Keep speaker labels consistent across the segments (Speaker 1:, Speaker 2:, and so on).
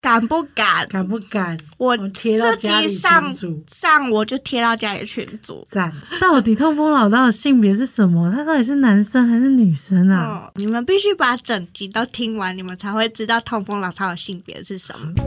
Speaker 1: 敢不敢？
Speaker 2: 敢不敢？
Speaker 1: 我
Speaker 2: 我贴到
Speaker 1: 自
Speaker 2: 家里
Speaker 1: 己
Speaker 2: 群
Speaker 1: 上
Speaker 2: 组
Speaker 1: 上我就贴到家里群组。
Speaker 2: 赞！到底痛风老大的性别是什么？他到底是男生还是女生啊？
Speaker 1: 哦，你们必须把整集都听完，你们才会知道痛风老饕的性别是什
Speaker 2: 嗯
Speaker 1: 么。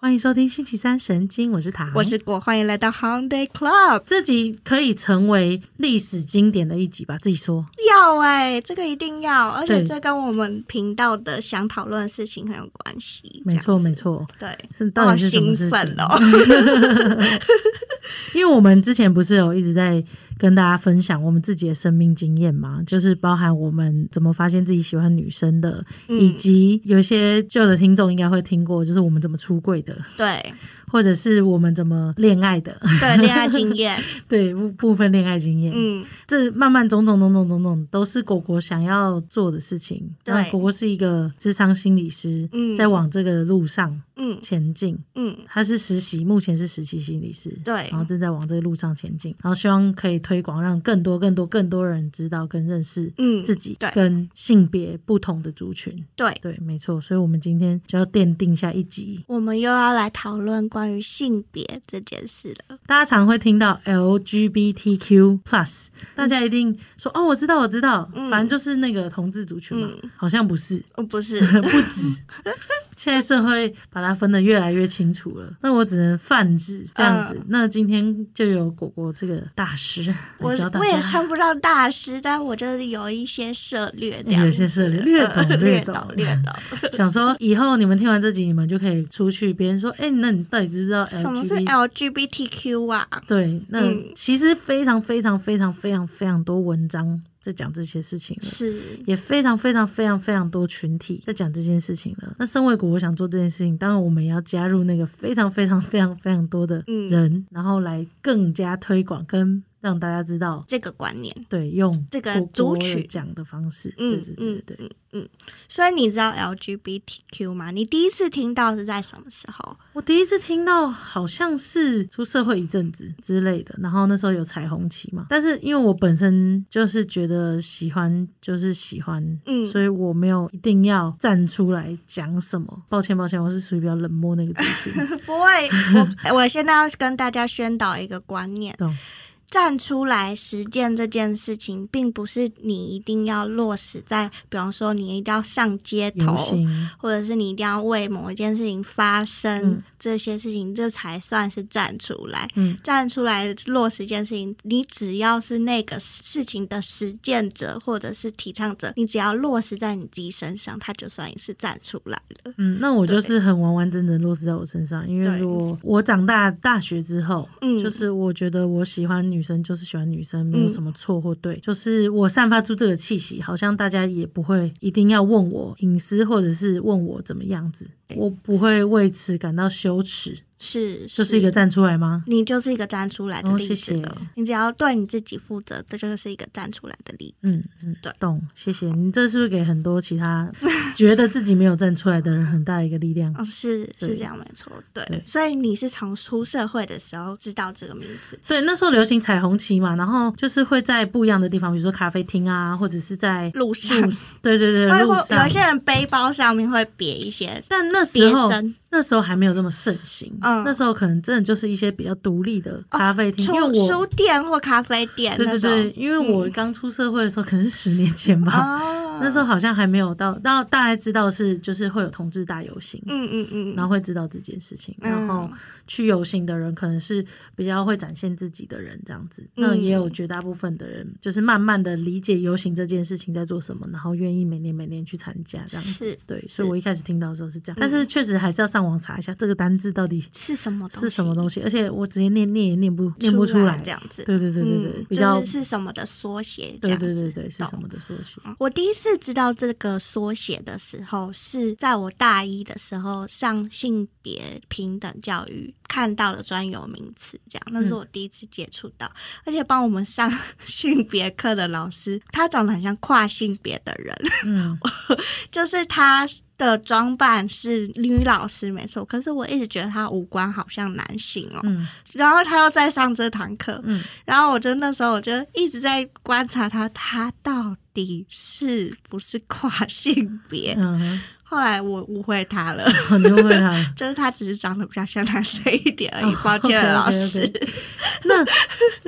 Speaker 2: 欢迎收听星期三神经，我是塔，
Speaker 1: 我是果，欢迎来到 Holiday Club。
Speaker 2: 这集可以成为历史经典的一集吧？自己说，
Speaker 1: 要哎、这个一定要，而且
Speaker 2: 对
Speaker 1: 这跟我们频道的想讨论的事情很有关系。
Speaker 2: 没错
Speaker 1: 这样
Speaker 2: 没
Speaker 1: 子，
Speaker 2: 错。
Speaker 1: 对，
Speaker 2: 是到
Speaker 1: 好
Speaker 2: 底是什么
Speaker 1: 兴
Speaker 2: 事
Speaker 1: 奋
Speaker 2: 情？
Speaker 1: 哦！
Speaker 2: 因为我们之前不是有一直在跟大家分享我们自己的生命经验嘛，就是包含我们怎么发现自己喜欢女生的，以
Speaker 1: 嗯，
Speaker 2: 及有一些旧的听众应该会听过，就是我们怎么出柜的，
Speaker 1: 对
Speaker 2: 或者是我们怎么恋爱的，
Speaker 1: 对，恋爱经 验，
Speaker 2: 对部部分恋爱经验，
Speaker 1: 嗯，
Speaker 2: 这慢慢种种种种种种都是果果想要做的事情。
Speaker 1: 对
Speaker 2: 那果果是一个智商心理师，
Speaker 1: 嗯
Speaker 2: 在往这个路上
Speaker 1: 嗯
Speaker 2: 前进。
Speaker 1: 嗯，
Speaker 2: 他是实习，目前是实习心理师，
Speaker 1: 对
Speaker 2: 然后正在往这个路上前进，然后希望可以推广，让更多、更多、更多人知道跟认识
Speaker 1: 嗯
Speaker 2: 自己
Speaker 1: 对
Speaker 2: 跟性别不同的族群。
Speaker 1: 对，
Speaker 2: 对，没错，所以我们今天就要奠定下一集。
Speaker 1: 我们又要来讨论关于性别这件事了。
Speaker 2: 大家常会听到 LGBTQ plus，大家一定说哦，我知道，我知道，
Speaker 1: 嗯
Speaker 2: 反正就是那个同志族群嘛，
Speaker 1: 嗯
Speaker 2: 好像不是，
Speaker 1: 哦，不是，
Speaker 2: 不止。现在社会把它分得越来越清楚了，那我只能泛指这样子。
Speaker 1: 嗯
Speaker 2: 那今天就由果果这个大师
Speaker 1: 我
Speaker 2: 来教大
Speaker 1: 我也
Speaker 2: 家。
Speaker 1: 称不上大师，但我就是有一些涉略这样子，
Speaker 2: 有些涉猎略懂
Speaker 1: 呃
Speaker 2: 略
Speaker 1: 略
Speaker 2: 懂
Speaker 1: 略懂。
Speaker 2: 想说以后你们听完这集，你们就可以出去，别人说：“哎、那你到底知不知道 LGBT？”
Speaker 1: 什么是 LGBTQ 啊？
Speaker 2: 对，那
Speaker 1: 嗯
Speaker 2: 其实非常非常非常非常非常多文章在讲这些事情了。
Speaker 1: 是，
Speaker 2: 也非常非常非常非常多群体在讲这件事情了。那身为股，我想做这件事情，当然我们也要加入那个非常非常非常非常多的
Speaker 1: 嗯
Speaker 2: 人，然后来更加推广跟让大家知道，
Speaker 1: 这个观念。
Speaker 2: 对，用
Speaker 1: 这个
Speaker 2: 国
Speaker 1: 族
Speaker 2: 国
Speaker 1: 群
Speaker 2: 的讲的方式，对
Speaker 1: 嗯
Speaker 2: 对对
Speaker 1: 嗯
Speaker 2: 对对。
Speaker 1: 嗯嗯，所以你知道 LGBTQ 吗？你第一次听到是在什么时候？
Speaker 2: 我第一次听到好像是出社会一阵子之类的，然后那时候有彩虹旗嘛，但是因为我本身就是觉得喜欢就是喜欢，
Speaker 1: 嗯
Speaker 2: 所以我没有一定要站出来讲什么。抱歉抱歉，我是属于比较冷漠那个族 群，
Speaker 1: 不会，我 我现在要跟大家宣导一个观念：
Speaker 2: 懂？
Speaker 1: 站出来实践这件事情，并不是你一定要落实在，比方说你一定要上街
Speaker 2: 游
Speaker 1: 头，
Speaker 2: 行，
Speaker 1: 或者是你一定要为某一件事情发声，
Speaker 2: 嗯
Speaker 1: 这些事情这才算是站出来。
Speaker 2: 嗯
Speaker 1: 站出来落实一件事情，你只要是那个事情的实践者或者是提倡者，你只要落实在你自己身上，它就算是站出来了。
Speaker 2: 嗯，那我就是很完完整整落实在我身上，因为
Speaker 1: 对
Speaker 2: 如果我长大大学之后，
Speaker 1: 嗯，
Speaker 2: 就是我觉得我喜欢女生就是喜欢女生，没有
Speaker 1: 嗯
Speaker 2: 什么错或对，就是我散发出这个气息，好像大家也不会一定要问我隐私或者是问我怎么样子，我不会为此感到羞耻，
Speaker 1: 是，
Speaker 2: 就是一个，站出来吗？
Speaker 1: 你就是一个站出来的
Speaker 2: 哦
Speaker 1: 例
Speaker 2: 谢
Speaker 1: 子
Speaker 2: 谢
Speaker 1: 了。你只要对你自己负责，这就是一个站出来的例子。
Speaker 2: 嗯嗯，
Speaker 1: 对
Speaker 2: 懂，谢谢你，这是不是给很多其他 觉得自己没有站出来的人很大一个力量？
Speaker 1: 哦，是
Speaker 2: 对
Speaker 1: 是这样，没错，对，
Speaker 2: 对
Speaker 1: 所以你是从出社会的时候知道这个名字，
Speaker 2: 对，那时候流行彩虹旗嘛，然后就是会在不一样的地方，比如说咖啡厅啊，或者是在
Speaker 1: 路上，
Speaker 2: 对对对
Speaker 1: 会
Speaker 2: 路
Speaker 1: 会哎有
Speaker 2: 上
Speaker 1: 一。些人背包上面会别一些
Speaker 2: 但那时
Speaker 1: 别
Speaker 2: 候
Speaker 1: 针，
Speaker 2: 那时候还没有这么盛行，
Speaker 1: 嗯哦
Speaker 2: 那时候可能真的就是一些比较独立的咖啡厅，因
Speaker 1: 出
Speaker 2: 为
Speaker 1: 书
Speaker 2: 我
Speaker 1: 店或咖啡店
Speaker 2: 对
Speaker 1: 那
Speaker 2: 对
Speaker 1: 种。嗯
Speaker 2: 对，因为我刚出社会的时候，可能是十年前吧，
Speaker 1: 哦，
Speaker 2: 那时候好像还没有到，到大概知道是就是会有同志大游行。
Speaker 1: 嗯嗯嗯，
Speaker 2: 然后会知道这件事情，
Speaker 1: 嗯
Speaker 2: 然后去游行的人可能是比较会展现自己的人，这样子。那
Speaker 1: 嗯
Speaker 2: 也有绝大部分的人就是慢慢的理解游行这件事情在做什么，然后愿意每年每年去参加这样子
Speaker 1: 是。
Speaker 2: 对，
Speaker 1: 是
Speaker 2: 所以我一开始听到的时候是这样，但是确实还是要上网查一下这个单字到底
Speaker 1: 是什么东西？
Speaker 2: 是什么东西，而且我直接念念也念不念不出来，
Speaker 1: 这样子。
Speaker 2: 对对对对对，
Speaker 1: 嗯，
Speaker 2: 比较、
Speaker 1: 就是是什么的缩写？这
Speaker 2: 对
Speaker 1: 样
Speaker 2: 对对
Speaker 1: 子
Speaker 2: 对是
Speaker 1: 懂
Speaker 2: 什么的缩写？
Speaker 1: 我第一次知道这个缩写的时候，是在我大一的时候上性别平等教育看到的专有名词，这样那是我第一次接触到，而且帮我们上 性别课的老师，他长得很像跨性别的人，
Speaker 2: 嗯，
Speaker 1: 就是他的装扮是女老师没错，可是我一直觉得她五官好像男性哦。
Speaker 2: 嗯
Speaker 1: 然后她又在上这堂课，
Speaker 2: 嗯
Speaker 1: 然后我就那时候我就一直在观察她，她到底是不是跨性别？
Speaker 2: 嗯
Speaker 1: 后来我误会她了，
Speaker 2: 哼，你误会他 了。
Speaker 1: 就是她只是长得比较像男生一点而已。
Speaker 2: 哦
Speaker 1: 抱歉，老
Speaker 2: OK，OK，OK
Speaker 1: 师。
Speaker 2: 那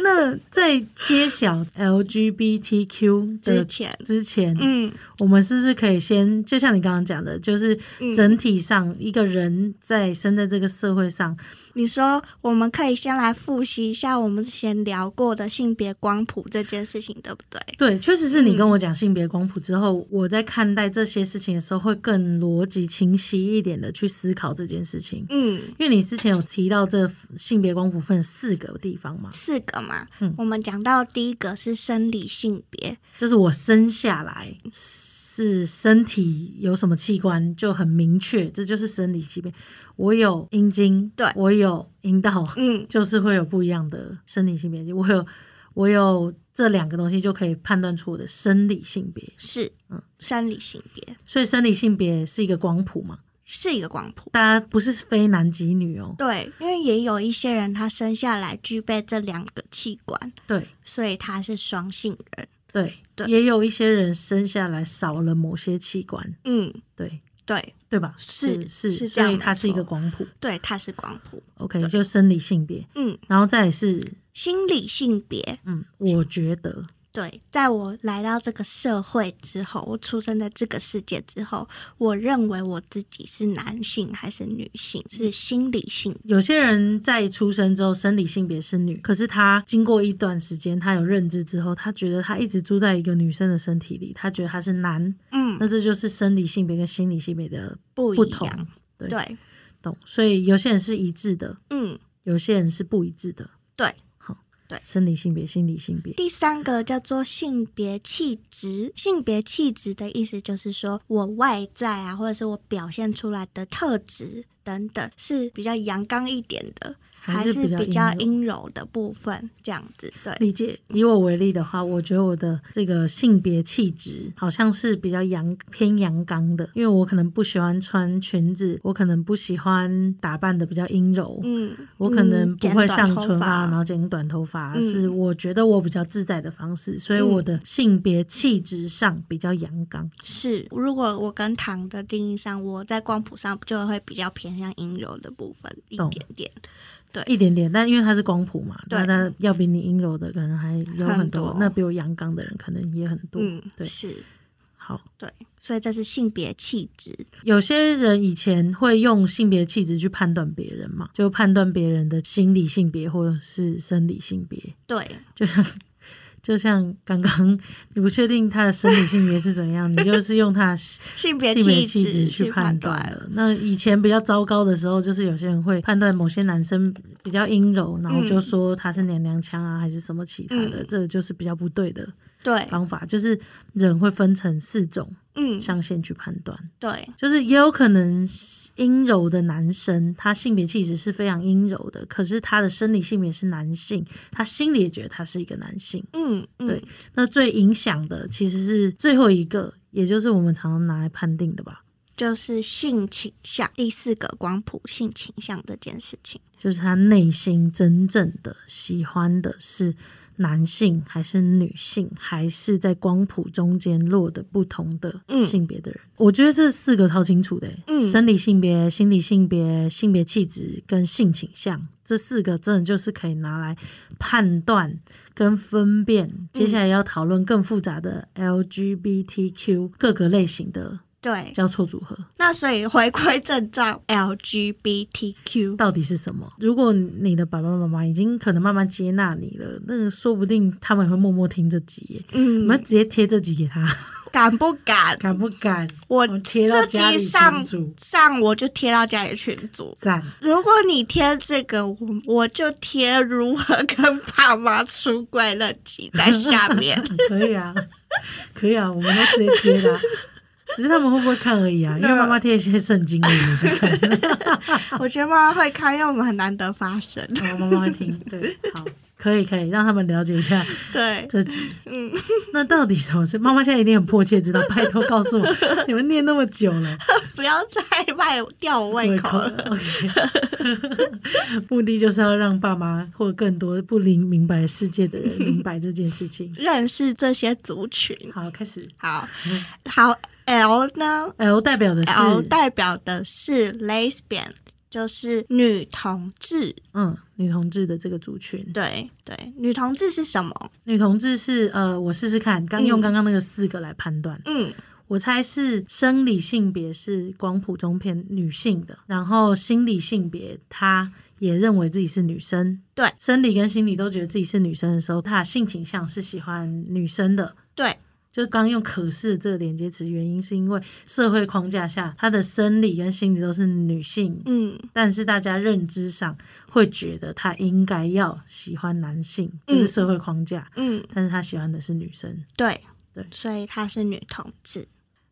Speaker 2: 那在揭晓 LGBTQ 的
Speaker 1: 之前
Speaker 2: 之前，
Speaker 1: 嗯，
Speaker 2: 我们是不是可以先，就像你刚刚讲的，就是
Speaker 1: 嗯
Speaker 2: 整体上一个人在生在这个社会上，
Speaker 1: 你说我们可以先来复习一下我们之前聊过的性别光谱这件事情，对不对？
Speaker 2: 对，确实是你跟我讲性别光谱之后，
Speaker 1: 嗯
Speaker 2: 我在看待这些事情的时候，会更逻辑清晰一点的去思考这件事情。
Speaker 1: 嗯，
Speaker 2: 因为你之前有提到这性别光谱分四个地方嘛，
Speaker 1: 四个嘛，
Speaker 2: 嗯
Speaker 1: 我们讲到第一个是生理性别，
Speaker 2: 就是我生下来是身体有什么器官就很明确，这就是生理性别。我有阴茎，
Speaker 1: 对
Speaker 2: 我有阴道，
Speaker 1: 嗯，
Speaker 2: 就是会有不一样的生理性别。我有我有这两个东西就可以判断出我的生理性别，
Speaker 1: 是，
Speaker 2: 嗯
Speaker 1: 生理性别
Speaker 2: 所以生理性别是一个光谱嘛。
Speaker 1: 是一个光谱。
Speaker 2: 大家不是非男即女哦，
Speaker 1: 对，因为也有一些人他生下来具备这两个器官，
Speaker 2: 对
Speaker 1: 所以他是双性人。
Speaker 2: 对，
Speaker 1: 对
Speaker 2: 也有一些人生下来少了某些器官，
Speaker 1: 嗯，
Speaker 2: 对
Speaker 1: 对，
Speaker 2: 对吧？
Speaker 1: 是
Speaker 2: 是，
Speaker 1: 是这
Speaker 2: 所
Speaker 1: 样
Speaker 2: 以
Speaker 1: 没
Speaker 2: 它是一个
Speaker 1: 错
Speaker 2: 光谱
Speaker 1: 对，他是光谱。
Speaker 2: ，OK，就生理性别，
Speaker 1: 嗯，
Speaker 2: 然后再来是
Speaker 1: 心理性别，
Speaker 2: 嗯，我觉得
Speaker 1: 对，在我来到这个社会之后，我出生在这个世界之后，我认为我自己是男性还是女性，是心理性。
Speaker 2: 有些人在出生之后生理性别是女，可是他经过一段时间，他有认知之后，他觉得他一直住在一个女生的身体里，他觉得他是男，
Speaker 1: 嗯，
Speaker 2: 那这就是生理性别跟心理性别的
Speaker 1: 不
Speaker 2: 不
Speaker 1: 一
Speaker 2: 同，
Speaker 1: 样。
Speaker 2: 对
Speaker 1: 对，
Speaker 2: 懂？所以有些人是一致的，
Speaker 1: 嗯，
Speaker 2: 有些人是不一致的。
Speaker 1: 对，
Speaker 2: 好，
Speaker 1: 对
Speaker 2: 生理性别、心理性别，
Speaker 1: 第三个叫做性别气质。性别气质的意思就是说我外在啊，或者是我表现出来的特质等等，是比较阳刚一点的，还
Speaker 2: 是
Speaker 1: 是比较
Speaker 2: 阴柔。
Speaker 1: 阴柔的部分，这样子。对，
Speaker 2: 理解，以我为例的话，我觉得我的这个性别气质好像是比较阳偏阳刚的，因为我可能不喜欢穿裙子，我可能不喜欢打扮的比较阴柔，
Speaker 1: 嗯，
Speaker 2: 我可能不会上唇发，
Speaker 1: 发
Speaker 2: 然后剪短头发，
Speaker 1: 嗯
Speaker 2: 是我觉得我比较自在的方式，所以
Speaker 1: 嗯
Speaker 2: 我的性别气质上比较阳刚。
Speaker 1: 是，如果我跟糖的定义上，我在光谱上就会比较偏向阴柔的部分一
Speaker 2: 懂
Speaker 1: 点点。
Speaker 2: 一点点，但因为它是光谱嘛，
Speaker 1: 对
Speaker 2: 那它要比你阴柔的可能还有很
Speaker 1: 很
Speaker 2: 多，
Speaker 1: 多
Speaker 2: 那比我阳刚的人可能也很多。
Speaker 1: 嗯，
Speaker 2: 对
Speaker 1: 是，
Speaker 2: 好，
Speaker 1: 对，所以这是性别气质。
Speaker 2: 有些人以前会用性别气质去判断别人嘛，就判断别人的心理性别或者是生理性别，
Speaker 1: 对，
Speaker 2: 就像就像刚刚你不确定他的生理性别是怎 样，你就是用他的性
Speaker 1: 性别
Speaker 2: 别
Speaker 1: 气
Speaker 2: 气质
Speaker 1: 质
Speaker 2: 去判
Speaker 1: 判
Speaker 2: 断
Speaker 1: 断。
Speaker 2: 了。那以前比较糟糕的时候，就是有些人会判断某些男生比较阴柔，然后就说他是娘娘腔啊，还是什么其他的，
Speaker 1: 嗯
Speaker 2: 这个就是比较不对的
Speaker 1: 对，
Speaker 2: 方法。就是人会分成四种
Speaker 1: 嗯，
Speaker 2: 象限去判断。
Speaker 1: 对，
Speaker 2: 就是也有可能是阴柔的男生，他性别气质是非常阴柔的，可是他的生理性别是男性，他心里也觉得他是一个男性。
Speaker 1: 嗯嗯
Speaker 2: 对，那最影响的其实是最后一个，也就是我们常常拿来判定的吧，
Speaker 1: 就是性倾向。第四个光谱性倾向这件事情。
Speaker 2: 就是他内心真正的喜欢的是男性还是女性，还是在光谱中间落的不同的
Speaker 1: 嗯
Speaker 2: 性别的人。我觉得这四个超清楚的、欸，
Speaker 1: 嗯
Speaker 2: 生理性别、心理性别、性别气质跟性倾向这四个，真的就是可以拿来判断跟分辨。接
Speaker 1: 嗯
Speaker 2: 下来要讨论更复杂的 LGBTQ 各个类型的
Speaker 1: 对，
Speaker 2: 交错组合。
Speaker 1: 那所以回归正传，LGBTQ。
Speaker 2: 到底是什么？如果你的爸爸妈妈已经可能慢慢接纳你了，那个说不定他们也会默默听这集耶。我
Speaker 1: 嗯
Speaker 2: 们，直接贴这集给他，
Speaker 1: 敢不敢？
Speaker 2: 敢不敢？
Speaker 1: 我
Speaker 2: 我贴到
Speaker 1: 这
Speaker 2: 家
Speaker 1: 集
Speaker 2: 里
Speaker 1: 上
Speaker 2: 群主
Speaker 1: 上我就贴到家里群组。
Speaker 2: 赞，
Speaker 1: 如果你贴这个，我我就贴如何跟爸妈出柜那集在下 面。
Speaker 2: 可以啊，可以啊，我们都直接贴啊啦。 只是他们会不会看而已啊，因为妈妈贴一些圣经给你 在看，
Speaker 1: 我觉得妈妈会看，因为我们很难得发生。
Speaker 2: 嗯然后妈妈会听。对，好，可以可以，让他们了解一下
Speaker 1: 对，
Speaker 2: 这集。
Speaker 1: 嗯，
Speaker 2: 那到底什么是？妈妈现在一定很迫切知道，拜托告诉 我，你们念那么久了，
Speaker 1: 不要再卖吊我胃口了。
Speaker 2: OK 目的就是要让爸妈或更多不明明白世界的人明白这件事情。
Speaker 1: 认识这些族群。
Speaker 2: 好，开始。
Speaker 1: 好，好，L 呢
Speaker 2: L 代表的是
Speaker 1: ？L 代表的是 lesbian，就是女同志。
Speaker 2: 嗯女同志的这个族群。
Speaker 1: 对对，女同志是什么？
Speaker 2: 女同志是呃，我试试看，刚用
Speaker 1: 嗯
Speaker 2: 刚刚那个四个来判断，
Speaker 1: 嗯，
Speaker 2: 我猜是生理性别是光谱中偏女性的，然后心理性别她也认为自己是女生。
Speaker 1: 对，
Speaker 2: 生理跟心理都觉得自己是女生的时候，她的性倾向是喜欢女生的。
Speaker 1: 对
Speaker 2: 就刚用“可是”这个连接词，原因是因为社会框架下，她的生理跟心理都是女性，
Speaker 1: 嗯
Speaker 2: 但是大家认知上会觉得她应该要喜欢男性，这是
Speaker 1: 嗯
Speaker 2: 社会框架。
Speaker 1: 嗯，
Speaker 2: 但是她喜欢的是女生。
Speaker 1: 对
Speaker 2: 对
Speaker 1: 所以她是女同志。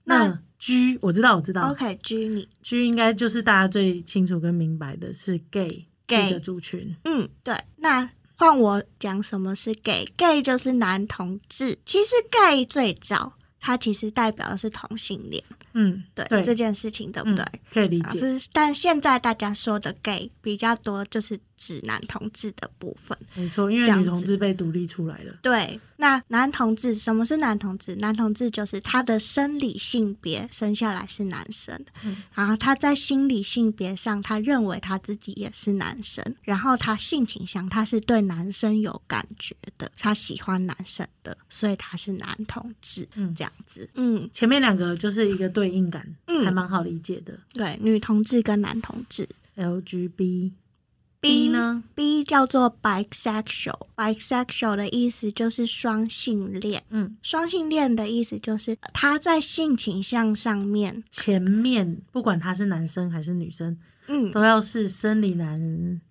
Speaker 1: 那
Speaker 2: 那 G 我知道，我知道
Speaker 1: OK，居你，
Speaker 2: G 应该就是大家最清楚跟明白的是 gay
Speaker 1: Gay
Speaker 2: 这个族群。
Speaker 1: 嗯，对，那。换我讲什么是 gay，gay 就是男同志。其实 gay 最早它其实代表的是同性恋，
Speaker 2: 嗯，
Speaker 1: 对
Speaker 2: 对
Speaker 1: 这件事情，对不
Speaker 2: 嗯
Speaker 1: 对？
Speaker 2: 可以理
Speaker 1: 啊，
Speaker 2: 解，
Speaker 1: 就是但现在大家说的 gay 比较多，就是指男同志的部分。
Speaker 2: 没错，因
Speaker 1: 这
Speaker 2: 为
Speaker 1: 样
Speaker 2: 女
Speaker 1: 子
Speaker 2: 同志被独立出来了。
Speaker 1: 对，那男同志什么是男同志？男同志就是他的生理性别生下来是男生，
Speaker 2: 嗯
Speaker 1: 然后他在心理性别上，他认为他自己也是男生，然后他性倾向他是对男生有感觉的，他喜欢男生的，所以他是男同志，
Speaker 2: 嗯
Speaker 1: 这样子。嗯，
Speaker 2: 前面两个就是一个对应感，
Speaker 1: 嗯
Speaker 2: 还蛮好理解的。
Speaker 1: 对，女同志跟男同志。
Speaker 2: LGBT
Speaker 1: B
Speaker 2: 呢？
Speaker 1: B 叫做 bisexual。bisexual 的意思就是双性恋。
Speaker 2: 嗯，
Speaker 1: 双性恋的意思就是呃他在性倾向上面，
Speaker 2: 前面不管他是男生还是女生，
Speaker 1: 嗯，
Speaker 2: 都要是生理男、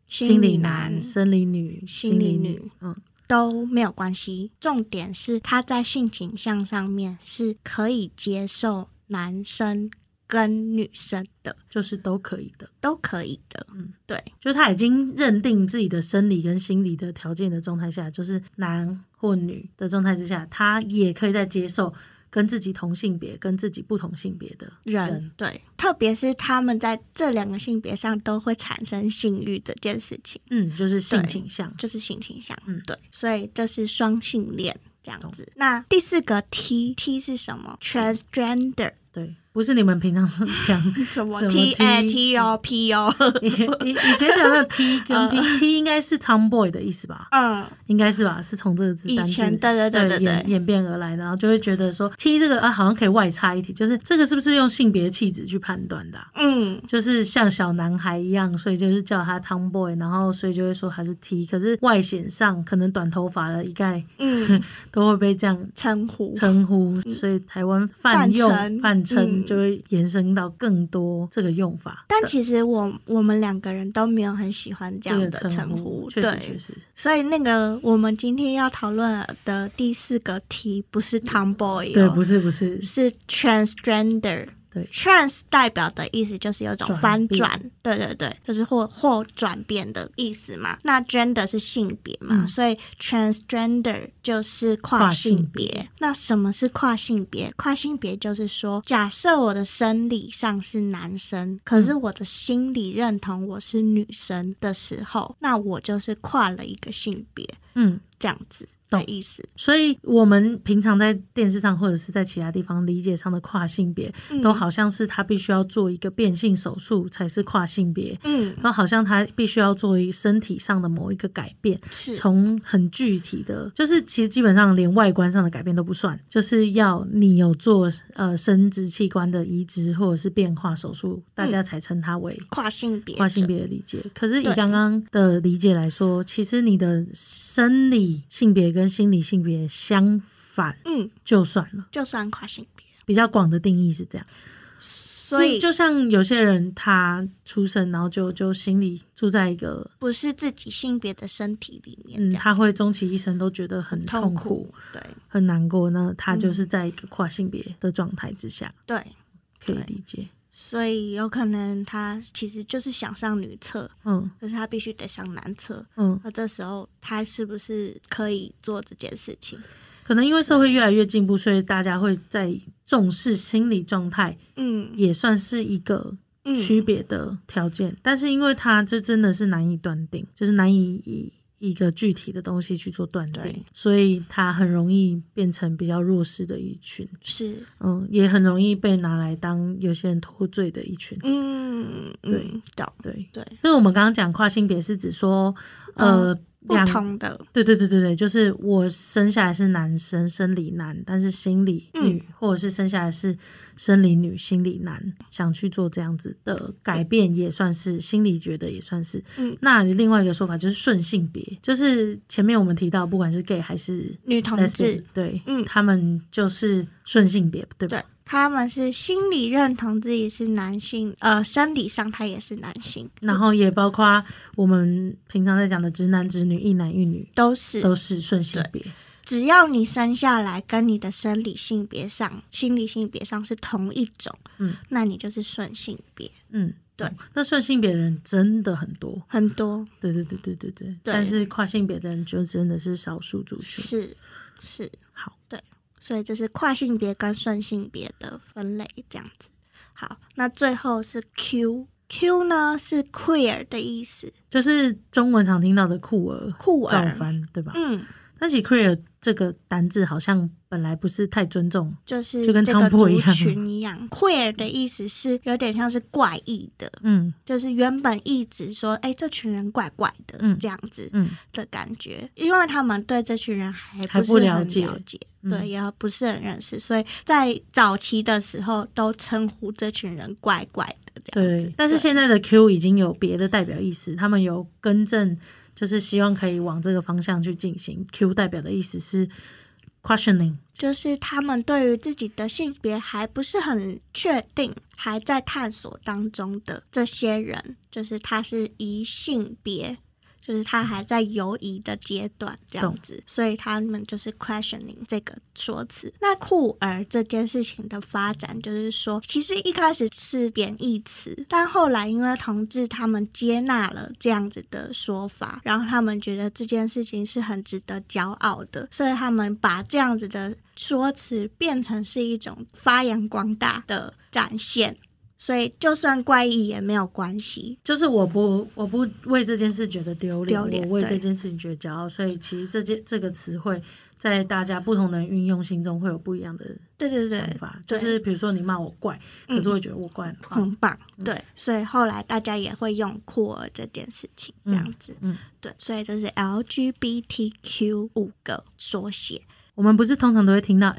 Speaker 1: 心
Speaker 2: 心理
Speaker 1: 理
Speaker 2: 男、
Speaker 1: 男
Speaker 2: 生理女、
Speaker 1: 心
Speaker 2: 心
Speaker 1: 理
Speaker 2: 理
Speaker 1: 女
Speaker 2: 女。嗯，
Speaker 1: 都没有关系。重点是他在性倾向上面是可以接受男生跟女生的，
Speaker 2: 就是都可以的。
Speaker 1: 都可以的。
Speaker 2: 嗯，
Speaker 1: 对，
Speaker 2: 就是他已经认定自己的生理跟心理的条件的状态下，就是男或女的状态之下，他也可以在接受跟自己同性别、跟自己不同性别的
Speaker 1: 人
Speaker 2: 人
Speaker 1: 对，特别是他们在这两个性别上都会产生性欲这件事情。
Speaker 2: 嗯，就是性
Speaker 1: 对
Speaker 2: 倾向。
Speaker 1: 就是性倾向，
Speaker 2: 嗯
Speaker 1: 嗯，对，所以这是双性恋这样
Speaker 2: 懂
Speaker 1: 子。那第四个 T T 是什么？transgender
Speaker 2: 对，不是你们平常讲
Speaker 1: 什么
Speaker 2: 什么
Speaker 1: T
Speaker 2: T？
Speaker 1: A T O P 哦 O，
Speaker 2: 以以以前讲的 T 跟 P T 应该是 tomboy 的意思吧？
Speaker 1: 嗯，
Speaker 2: 应该是吧？是从这个字
Speaker 1: 以
Speaker 2: 单字
Speaker 1: 前对对对对
Speaker 2: 演
Speaker 1: 对
Speaker 2: 演变而来的，然后就会觉得说 T 这个啊好像可以外插一题，就是这个是不是用性别气质去判断的啊、
Speaker 1: 嗯，
Speaker 2: 就是像小男孩一样，所以就是叫他 Tomboy，然后所以就会说他是 T，可是外显上可能短头发的一概
Speaker 1: 嗯，
Speaker 2: 都会被这样
Speaker 1: 称呼，
Speaker 2: 称呼，所以台湾泛用
Speaker 1: 嗯泛称
Speaker 2: 泛称
Speaker 1: 嗯
Speaker 2: 就会延伸到更多这个用法。
Speaker 1: 但其实我我们两个人都没有很喜欢这
Speaker 2: 这
Speaker 1: 样
Speaker 2: 个
Speaker 1: 的
Speaker 2: 称
Speaker 1: 称
Speaker 2: 呼
Speaker 1: 呼，
Speaker 2: 确实确
Speaker 1: 对，
Speaker 2: 实，
Speaker 1: 所以那个我们今天要讨论的第四个 T 不是 tomboy，
Speaker 2: 对，
Speaker 1: 哦
Speaker 2: 不是不是，
Speaker 1: 是 transgender。
Speaker 2: 对
Speaker 1: ，trans 代表的意思就是有一种
Speaker 2: 转
Speaker 1: 翻
Speaker 2: 变
Speaker 1: 转，对对对，就是或或转变的意思嘛。那 gender 是性别嘛，
Speaker 2: 嗯
Speaker 1: 所以 transgender 就是
Speaker 2: 跨
Speaker 1: 跨
Speaker 2: 性
Speaker 1: 性别。那什么是跨性别？跨性别就是说，假设我的生理上是男生，可是我的心理认同我是女生的时候，那我就是跨了一个性别，
Speaker 2: 嗯。
Speaker 1: 这样子
Speaker 2: 懂
Speaker 1: 的意思。
Speaker 2: 所以，我们平常在电视上或者是在其他地方理解上的跨性别，
Speaker 1: 嗯
Speaker 2: 都好像是他必须要做一个变性手术才是跨性别，
Speaker 1: 嗯，
Speaker 2: 然后好像他必须要做一身体上的某一个改变，
Speaker 1: 是，
Speaker 2: 从很具体的，就是其实基本上连外观上的改变都不算，就是要你有做呃生殖器官的移植或者是变化手术，大家才称它为
Speaker 1: 跨性别，
Speaker 2: 跨性别的理解。可是
Speaker 1: 嗯
Speaker 2: 以
Speaker 1: 对
Speaker 2: 刚刚的理解来说，其实你的生理性别跟心理性别相反
Speaker 1: 嗯，
Speaker 2: 就算了，
Speaker 1: 就算跨性别，嗯
Speaker 2: 比较广的定义是这样。
Speaker 1: 所以
Speaker 2: 就像有些人他出生，然后就就心里住在一个
Speaker 1: 不是自己性别的身体里面，
Speaker 2: 嗯，
Speaker 1: 这样
Speaker 2: 他会终其一生都觉得很
Speaker 1: 很
Speaker 2: 痛
Speaker 1: 痛嗯
Speaker 2: 苦、
Speaker 1: 对
Speaker 2: 很难过。那他就是在一个跨性别的状态之下，
Speaker 1: 对，
Speaker 2: 可以
Speaker 1: 对
Speaker 2: 理解。
Speaker 1: 所以有可能他其实就是想上女厕，
Speaker 2: 嗯
Speaker 1: 可是他必须得上男厕。
Speaker 2: 嗯，
Speaker 1: 那这时候他是不是可以做这件事情？
Speaker 2: 可能因为社会越来越进步，所以大家会在重视心理状态，
Speaker 1: 嗯
Speaker 2: 也算是一个
Speaker 1: 嗯，
Speaker 2: 区别的条件。但是因为它这真的是难以断定，就是难以以一个具体的东西去做断定
Speaker 1: 对，
Speaker 2: 所以它很容易变成比较弱势的一群，
Speaker 1: 是
Speaker 2: 嗯，也很容易被拿来当有些人脱罪的一群。
Speaker 1: 嗯
Speaker 2: 对
Speaker 1: 嗯懂
Speaker 2: 对，
Speaker 1: 对，嗯
Speaker 2: 就是我们刚刚讲跨性别是指说，呃，
Speaker 1: 不
Speaker 2: 两、
Speaker 1: 同的
Speaker 2: 对对对对对，就是我生下来是男生，生理男，但是心理
Speaker 1: 嗯
Speaker 2: 女，或者是生下来是生理女，心理男，想去做这样子的改变，也算是心理觉得也算是。
Speaker 1: 嗯
Speaker 2: 那另外一个说法就是顺性别，就是前面我们提到，不管是 gay 还是
Speaker 1: 女同
Speaker 2: lesbian，
Speaker 1: 志，
Speaker 2: 对，
Speaker 1: 嗯
Speaker 2: 他们就是顺性别，对吧？
Speaker 1: 对他们是心理认同自己是男性，呃，生理上他也是男性，
Speaker 2: 然后也包括我们平常在讲的直男直女、一男一女，
Speaker 1: 都是
Speaker 2: 都是顺性别。
Speaker 1: 只要你生下来跟你的生理性别上、心理性别上是同一种，
Speaker 2: 嗯，
Speaker 1: 那你就是顺性别，
Speaker 2: 嗯，
Speaker 1: 对
Speaker 2: 懂。那顺性别的人真的很多，
Speaker 1: 很多
Speaker 2: 对对对对对对，但是跨性别的人就真的是少数族群。
Speaker 1: 是是，
Speaker 2: 好，
Speaker 1: 所以这是跨性别跟顺性别的分类，这样子。好，那最后是 Q。Q 呢是 queer 的意思，
Speaker 2: 就是中文常听到的酷儿、
Speaker 1: 酷
Speaker 2: 造
Speaker 1: 儿，
Speaker 2: 反，对吧？
Speaker 1: 嗯，
Speaker 2: 但其实 queer 这个单字好像本来不是太尊重，
Speaker 1: 就是
Speaker 2: 就跟
Speaker 1: 这个
Speaker 2: tomboy
Speaker 1: 族
Speaker 2: 一样
Speaker 1: 群一样。queer 的意思是有点像是怪异的，
Speaker 2: 嗯
Speaker 1: 就是原本一直说，哎、这群人怪怪的、
Speaker 2: 嗯
Speaker 1: 这样子
Speaker 2: 嗯，
Speaker 1: 的感觉，因为他们对这群人还
Speaker 2: 还不
Speaker 1: 不是
Speaker 2: 了
Speaker 1: 很
Speaker 2: 解
Speaker 1: 了解，
Speaker 2: 嗯
Speaker 1: 对，也不是很认识，所以在早期的时候都称呼这群人怪怪的这样子
Speaker 2: 对。。但是
Speaker 1: 对
Speaker 2: 现在的 Q 已经有别的代表意思，他们有更正，就是希望可以往这个方向去进行。Q 代表的意思是 questioning，
Speaker 1: 就是他们对于自己的性别还不是很确定，还在探索当中的这些人，就是他是疑性别，就是他还在犹疑的阶段这样子，所以他们就是 questioning 这个说辞。那酷儿这件事情的发展，就是说，其实一开始是贬义词，但后来因为同志他们接纳了这样子的说法，然后他们觉得这件事情是很值得骄傲的，所以他们把这样子的说辞变成是一种发扬光大的展现。所以就算怪异也没有关系，
Speaker 2: 就是我不我不为这件事觉得丢脸，
Speaker 1: 丢脸
Speaker 2: 我为
Speaker 1: 对
Speaker 2: 这件事情觉得骄傲，所以其实这件这个词汇在大家不同的人运用心中会有不一样的
Speaker 1: 对对对
Speaker 2: 想，法。就
Speaker 1: 对
Speaker 2: 是比如说你骂我怪，可是
Speaker 1: 嗯
Speaker 2: 我觉得我怪很棒。
Speaker 1: 很棒，
Speaker 2: 嗯
Speaker 1: 对，所以后来大家也会用酷儿这件事情这样子，
Speaker 2: 嗯嗯
Speaker 1: 对，所以这是 LGBTQ 五个缩写，
Speaker 2: 我们不是通常都会听到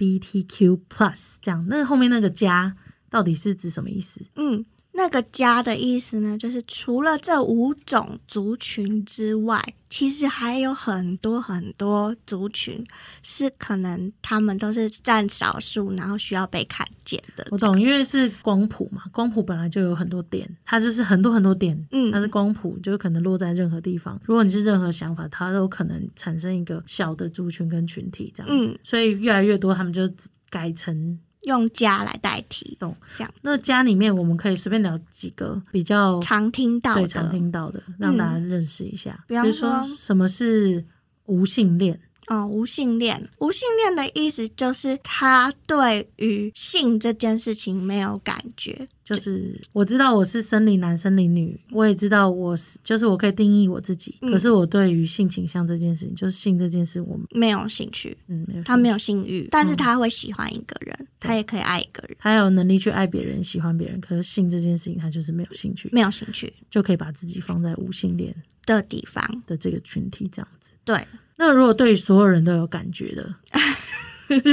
Speaker 2: LGBTQ plus 这样，那后面那个加到底是指什么意思？
Speaker 1: 嗯，那个加的意思呢，就是除了这五种族群之外，其实还有很多很多族群是可能他们都是占少数，然后需要被看见的，
Speaker 2: 我懂，因为是光谱嘛，光谱本来就有很多点，它就是很多很多点，
Speaker 1: 嗯
Speaker 2: 它是光谱，就可能落在任何地方。如果你是任何想法，它都可能产生一个小的族群跟群体这样子，
Speaker 1: 嗯
Speaker 2: 所以越来越多，他们就改成
Speaker 1: 用加来代替，
Speaker 2: 懂
Speaker 1: 这样
Speaker 2: 那家里面，我们可以随便聊几个比较
Speaker 1: 常听到
Speaker 2: 对常
Speaker 1: 的嗯
Speaker 2: 听到的，让大家认识一下，
Speaker 1: 比方
Speaker 2: 比如说
Speaker 1: 说
Speaker 2: 什么是无性恋，
Speaker 1: 哦，无性恋，无性恋的意思就是他对于性这件事情没有感觉。
Speaker 2: 就是我知道我是生理男、生理女，我也知道我是，就是我可以定义我自己。
Speaker 1: 嗯
Speaker 2: 可是我对于性倾向这件事情，就是性这件事，我们
Speaker 1: 没有兴趣，
Speaker 2: 嗯没有。
Speaker 1: 他没有性欲，但是他会喜欢一个人，他也可以爱一个人，
Speaker 2: 他有能力去爱别人、喜欢别人，可是性这件事情，他就是没有兴趣，
Speaker 1: 没有兴趣
Speaker 2: 就可以把自己放在无性恋
Speaker 1: 的地方。
Speaker 2: 的这个群体这样子。
Speaker 1: 对，
Speaker 2: 那如果对所有人都有感 觉的，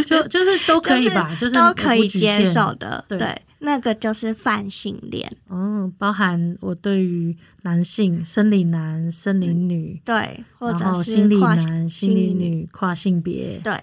Speaker 2: 就就是都可以吧，就是
Speaker 1: 都可以接
Speaker 2: 也不
Speaker 1: 受
Speaker 2: 局限。
Speaker 1: 的。
Speaker 2: 对
Speaker 1: 对，那个就是泛性恋。
Speaker 2: 嗯，包含我对于男性、生理男、生理女，
Speaker 1: 嗯对，或
Speaker 2: 然后
Speaker 1: 者
Speaker 2: 心
Speaker 1: 是
Speaker 2: 理
Speaker 1: 跨
Speaker 2: 男、心
Speaker 1: 心理
Speaker 2: 理女、跨性别，
Speaker 1: 对，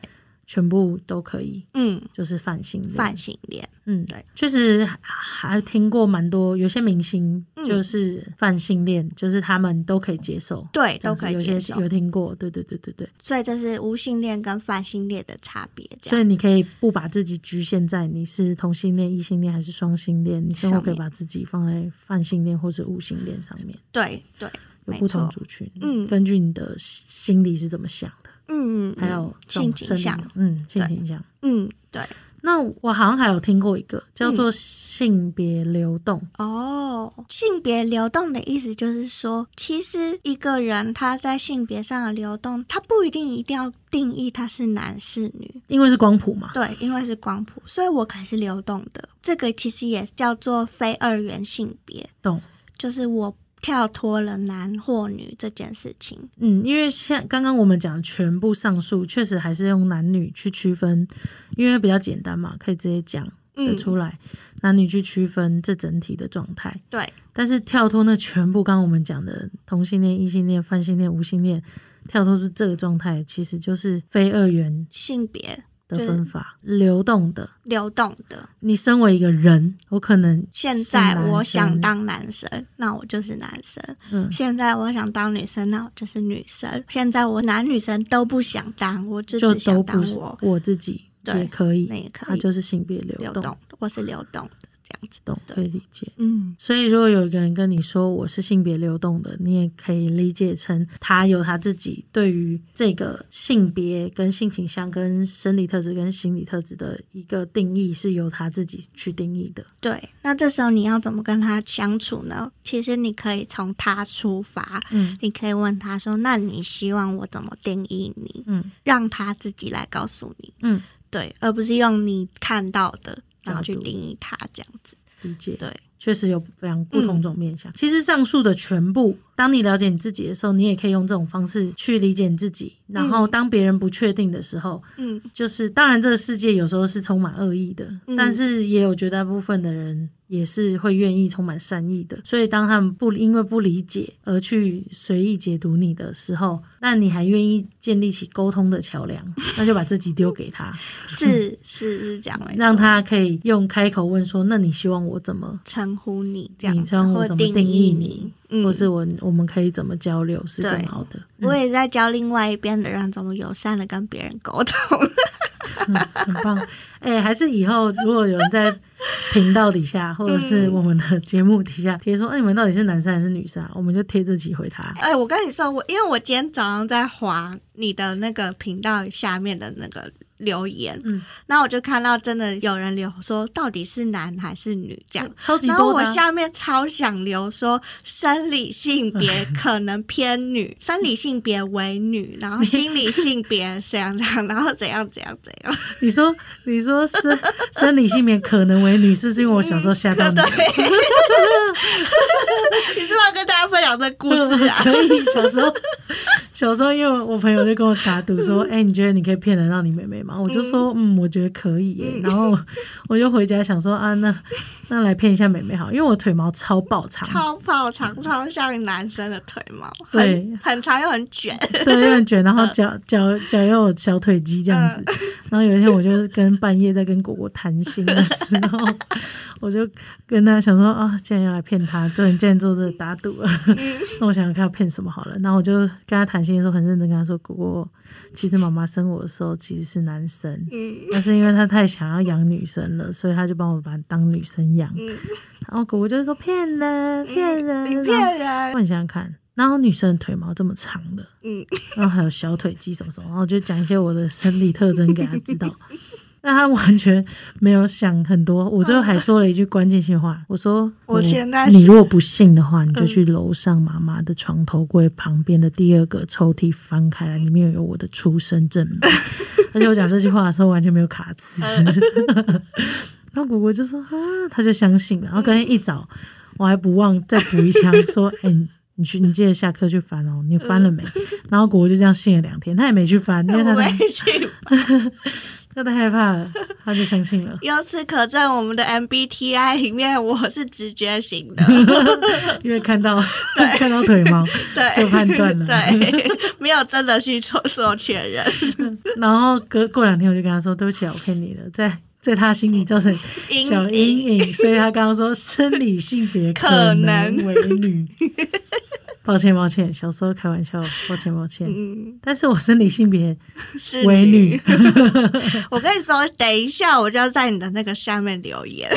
Speaker 2: 全部都可以，
Speaker 1: 嗯，
Speaker 2: 就是泛性恋。
Speaker 1: 泛性恋，
Speaker 2: 嗯，
Speaker 1: 对，
Speaker 2: 确实还听过蛮多，有些明星
Speaker 1: 嗯
Speaker 2: 就是泛性恋，就是他们都可以接受，
Speaker 1: 对，都
Speaker 2: 这样子
Speaker 1: 可以接受
Speaker 2: 有些。有听过，对对对对对，
Speaker 1: 所以这是无性恋跟泛性恋的差别，这
Speaker 2: 所
Speaker 1: 样
Speaker 2: 以你可以不把自己局限在你是同性恋、异性恋还是双性恋，你生活
Speaker 1: 上
Speaker 2: 可以
Speaker 1: 面
Speaker 2: 把自己放在泛性恋或者无性恋上面，
Speaker 1: 对对，
Speaker 2: 有
Speaker 1: 没
Speaker 2: 不同
Speaker 1: 错
Speaker 2: 族群，
Speaker 1: 嗯
Speaker 2: 根据你的心理是怎么想的，
Speaker 1: 嗯，嗯
Speaker 2: 还有这种
Speaker 1: 性倾
Speaker 2: 生理
Speaker 1: 向，，
Speaker 2: 嗯，性
Speaker 1: 对
Speaker 2: 倾向。
Speaker 1: 嗯，对，
Speaker 2: 那我好像还有听过一个叫
Speaker 1: 嗯
Speaker 2: 做性别流动，
Speaker 1: 哦，性别流动的意思就是说，其实一个人他在性别上的流动，他不一定一定要定义他是男是女，
Speaker 2: 因为是光谱嘛，
Speaker 1: 对，因为是光谱，所以我可能是流动的。这个其实也叫做非二元性别，
Speaker 2: 懂？
Speaker 1: 就是我跳脱了男或女这件事情。
Speaker 2: 嗯，因为像刚刚我们讲全部上述，确实还是用男女去区分，因为比较简单嘛，可以直接讲得
Speaker 1: 嗯，
Speaker 2: 出来，男女去区分这整体的状态。
Speaker 1: 对，
Speaker 2: 但是跳脱那全部，刚刚我们讲的同性恋、异性恋、泛性恋、无性恋，跳脱出这个状态，其实就是非二元
Speaker 1: 性别
Speaker 2: 的
Speaker 1: 就是
Speaker 2: 分法，流动的。
Speaker 1: 流动的。
Speaker 2: 你身为一个人，我可能
Speaker 1: 现
Speaker 2: 是
Speaker 1: 在
Speaker 2: 男
Speaker 1: 我
Speaker 2: 生
Speaker 1: 想当男生，那我就是男生。
Speaker 2: 嗯
Speaker 1: 现在我想当女生，那我就是女生。现在我男女生都不想当，我就
Speaker 2: 就
Speaker 1: 只
Speaker 2: 都
Speaker 1: 想
Speaker 2: 不
Speaker 1: 当
Speaker 2: 是
Speaker 1: 我，
Speaker 2: 我自己
Speaker 1: 对
Speaker 2: 也可以，
Speaker 1: 那也可
Speaker 2: 它
Speaker 1: 以
Speaker 2: 就是性别
Speaker 1: 流
Speaker 2: 流动，
Speaker 1: 动，我是流动的这样子。
Speaker 2: 懂
Speaker 1: 对
Speaker 2: 可以理解。
Speaker 1: 嗯，
Speaker 2: 所以，如果有一个人跟你说我是性别流动的，你也可以理解成他有他自己对于这个性别、跟性倾向、跟生理特质、跟心理特质的一个定义，是由他自己去定义的。
Speaker 1: 对。那这时候你要怎么跟他相处呢？其实你可以从他出发，
Speaker 2: 嗯
Speaker 1: 你可以问他说：“那你希望我怎么定义你？”
Speaker 2: 嗯
Speaker 1: 让他自己来告诉你，
Speaker 2: 嗯，
Speaker 1: 对，而不是用你看到的然后去
Speaker 2: 角度
Speaker 1: 定义他这样子。
Speaker 2: 理解。
Speaker 1: 对，
Speaker 2: 确实有非常不同种面向。其实上述的全部，当你了解你自己的时候，你也可以用这种方式去理解你自己。然后，当别人不确定的时候，
Speaker 1: 嗯，
Speaker 2: 就是当然这个世界有时候是充满恶意的，
Speaker 1: 嗯
Speaker 2: 但是也有绝大部分的人也是会愿意充满善意的。所以当他们不因为不理解而去随意解读你的时候，那你还愿意建立起沟通的桥梁，那就把自己丢给他，
Speaker 1: 是是是这样，嗯没错
Speaker 2: 让他可以用开口问说：“那你希望我怎么
Speaker 1: 称呼你这样子，
Speaker 2: 你称呼
Speaker 1: 或
Speaker 2: 怎么
Speaker 1: 定
Speaker 2: 定
Speaker 1: 你
Speaker 2: 义你，
Speaker 1: 嗯，
Speaker 2: 或是我我们可以怎么交流是更
Speaker 1: 对
Speaker 2: 好的。
Speaker 1: 我也在教另外一边的人怎么友善的跟别人沟通。
Speaker 2: 很棒，哎、还是以后如果有人在频道底
Speaker 1: 嗯
Speaker 2: 下，或者是我们的节目底下贴说，哎、你们到底是男生还是女生啊？我们就贴这集回他。
Speaker 1: 哎，我跟你说，我因为我今天早上在划你的那个频道下面的那个留言，
Speaker 2: 嗯，
Speaker 1: 然后我就看到真的有人留说到底是男还是女这样。
Speaker 2: 超级
Speaker 1: 然后
Speaker 2: 多的
Speaker 1: 我
Speaker 2: 啊、
Speaker 1: 下面超想留说，生理性 别可能偏女，生理性别为女，然后心理性别怎样怎样，然后怎样怎样怎 样。
Speaker 2: 你说你说生生理性别可能为女，是不是因为我小时候吓到 你？
Speaker 1: 对，你是不是要跟大家分享这个故事 啊？
Speaker 2: 可以，小 时候，小时候，因为我朋友就跟我打赌
Speaker 1: 嗯
Speaker 2: 说，哎、你觉得你可以骗得到你妹妹吗？我就说，嗯，我觉得可以耶、
Speaker 1: 嗯
Speaker 2: 然后我就回家想说，啊，那那来骗一下妹妹好，因为我腿毛超爆长，
Speaker 1: 超爆长，超像男生的腿毛，
Speaker 2: 对
Speaker 1: 很很长又很卷。
Speaker 2: 对，有点卷，然后脚
Speaker 1: 嗯
Speaker 2: 脚脚又有小腿肌这样子。然后有一天，我就跟半夜在跟果果谈心的时候，我就跟他想说啊，既然要来骗他，对，你既然做这个打赌了，
Speaker 1: 嗯
Speaker 2: 那我想想看要骗什么好了。然后我就跟他谈心的时候，很认真跟他说，果果，其实妈妈生我的时候其实是男生，
Speaker 1: 嗯
Speaker 2: 但是因为他太想要养女生了，所以他就帮我把他当女生养。
Speaker 1: 嗯，
Speaker 2: 然后果果就说骗人，骗人，啊
Speaker 1: 你骗人啊
Speaker 2: 那。你想想看，然后女生的腿毛这么长的，
Speaker 1: 嗯，
Speaker 2: 然后还有小腿肌什么什么，然后我就讲一些我的生理特征给他知道。但他完全没有想很多，我最后还说了一句关键性话，我说：“
Speaker 1: 我现在嗯
Speaker 2: 你如果不信的话，你就去楼上妈妈的床头柜旁边的第二个抽屉翻开来，里面有我的出生证明。” 而且我讲这句话的时候完全没有卡词，
Speaker 1: 呃
Speaker 2: 然后果果
Speaker 1: 嗯
Speaker 2: 就说：“啊，他就相信了。”然后隔天一早，我还不忘再补一枪，说：“哎、你你去，你记得下课去翻哦，你翻了没？然后果果就这样信了两天，他也没去翻，因为他
Speaker 1: 嗯 我
Speaker 2: 太
Speaker 1: 没去吧。
Speaker 2: 他太害怕了，他就相 信了。
Speaker 1: 由此可证，我们的 MBTI 里面我是直觉型的，
Speaker 2: 因为 看到看到腿毛，
Speaker 1: 对，
Speaker 2: 就判断了
Speaker 1: 对， 没有真的去做做确认。
Speaker 2: 然后隔过两天我就跟他说：“对不起啊，我骗你了。在”在他心里造成
Speaker 1: 阴
Speaker 2: 小阴影，所以他刚刚说生理性别
Speaker 1: 可
Speaker 2: 能
Speaker 1: 能
Speaker 2: 为 女。抱歉抱歉，小时候开玩笑，抱歉抱歉。
Speaker 1: 嗯，
Speaker 2: 但是我生理性别
Speaker 1: 是
Speaker 2: 为女，
Speaker 1: 我跟你说，等一下我就要在你的那个下面留言，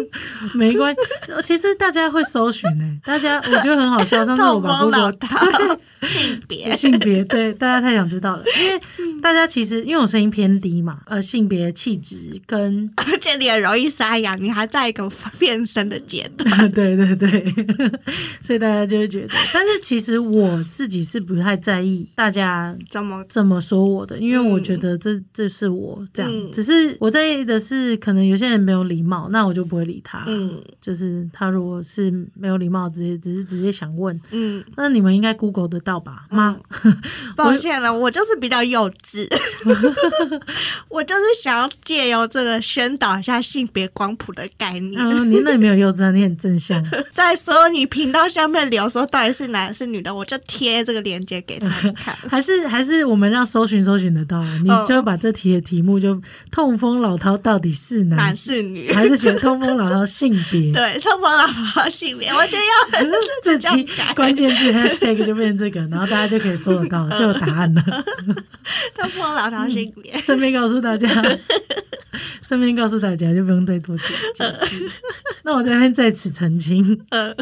Speaker 2: 没关 系。其实大家会搜寻诶、大家我觉得很好 笑。上次我
Speaker 1: 痛
Speaker 2: 把
Speaker 1: 风老
Speaker 2: Google
Speaker 1: 大 性别，
Speaker 2: 性别对大家太想知道了，因为大家其实因为我声音偏低 嘛，呃，性别气质跟
Speaker 1: 而且你很容易沙哑，你还在一个变声的阶段。
Speaker 2: 对对对， 所以大家就会觉得，但是其实我自己是不太在意大家
Speaker 1: 怎么？
Speaker 2: 这么说我的，因为我
Speaker 1: 嗯
Speaker 2: 觉得这、这是我这样，
Speaker 1: 嗯
Speaker 2: 只是我在意的是，可能有些人没有礼貌，那我就不会理他。
Speaker 1: 嗯
Speaker 2: 就是他如果是没有礼貌，直接只是直接想问，
Speaker 1: 嗯，
Speaker 2: 那你们应该 Google 得到吧？妈，
Speaker 1: 抱歉了，我就是比较幼稚， 我就是想要借由这个宣导一下性别光谱的概念。
Speaker 2: 嗯、你那里没有幼稚啊，你很正向。
Speaker 1: 再说你频道下面留说到底是男的是女的，我就贴这个链接给他 们看。
Speaker 2: 还是还是我们让搜寻搜寻得到，你
Speaker 1: 嗯
Speaker 2: 就把这题的题目就“痛风老饕到底是男
Speaker 1: 男是女，
Speaker 2: 还是写痛风老饕性 别？
Speaker 1: 对，他们老婆性别，我觉得要
Speaker 2: 这
Speaker 1: 这样
Speaker 2: 期关键字 hashtag 就变成这个，然后大家就可以搜得到，就有答案了。
Speaker 1: 他们老婆性别。
Speaker 2: 顺便告诉大家，顺便告诉大家，就不用再多解解释。那我这边在此澄清，
Speaker 1: 呃，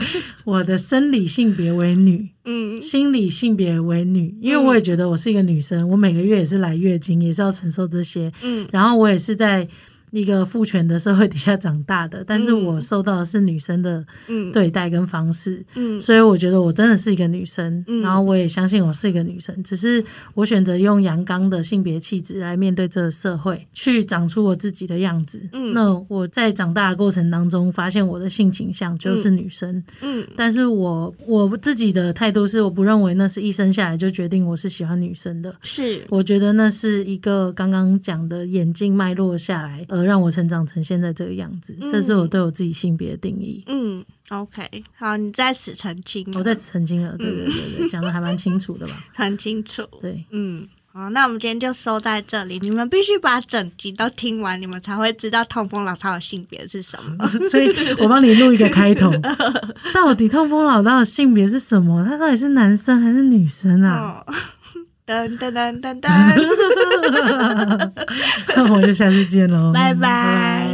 Speaker 2: 我的生理性别为女，
Speaker 1: 嗯，
Speaker 2: 心理性别为女，因为我也觉得我是一个女生，我每个月也是来月经，也是要承受这些。
Speaker 1: 嗯，
Speaker 2: 然后我也是在一个父权的社会底下长大的，但是
Speaker 1: 嗯
Speaker 2: 我受到的是女生的
Speaker 1: 嗯
Speaker 2: 对待跟方式。
Speaker 1: 嗯
Speaker 2: 所以我觉得我真的是一个女生，
Speaker 1: 嗯
Speaker 2: 然后我也相信我是一个女生，只是我选择用阳刚的性别气质来面对这个社会，去长出我自己的样子。
Speaker 1: 嗯
Speaker 2: 那我在长大的过程当中，发现我的性倾向就是女生，
Speaker 1: 嗯
Speaker 2: 但是我我自己的态度是，我不认为那是一生下来就决定我是喜欢女生的。
Speaker 1: 是，
Speaker 2: 我觉得那是一个刚刚讲的眼镜脉络下来，呃，让我成长成现在这个样子，
Speaker 1: 嗯
Speaker 2: 这是我对我自己性别的定义。
Speaker 1: 嗯，OK，好，你在此澄清，
Speaker 2: 我在此澄清了，
Speaker 1: 嗯
Speaker 2: 对对对对，讲的还蛮清楚的吧？
Speaker 1: 很清楚，
Speaker 2: 对，
Speaker 1: 嗯。好，那我们今天就收在这里。你们必须把整集都听完，你们才会知道痛风老饕的性别是什么。
Speaker 2: 所以我帮你录一个开 头。到底痛风老大的性别是什么？他到底是男生还是女生 啊？
Speaker 1: 哦， 噔噔噔噔噔。
Speaker 2: 那我就下次见喽，
Speaker 1: 拜拜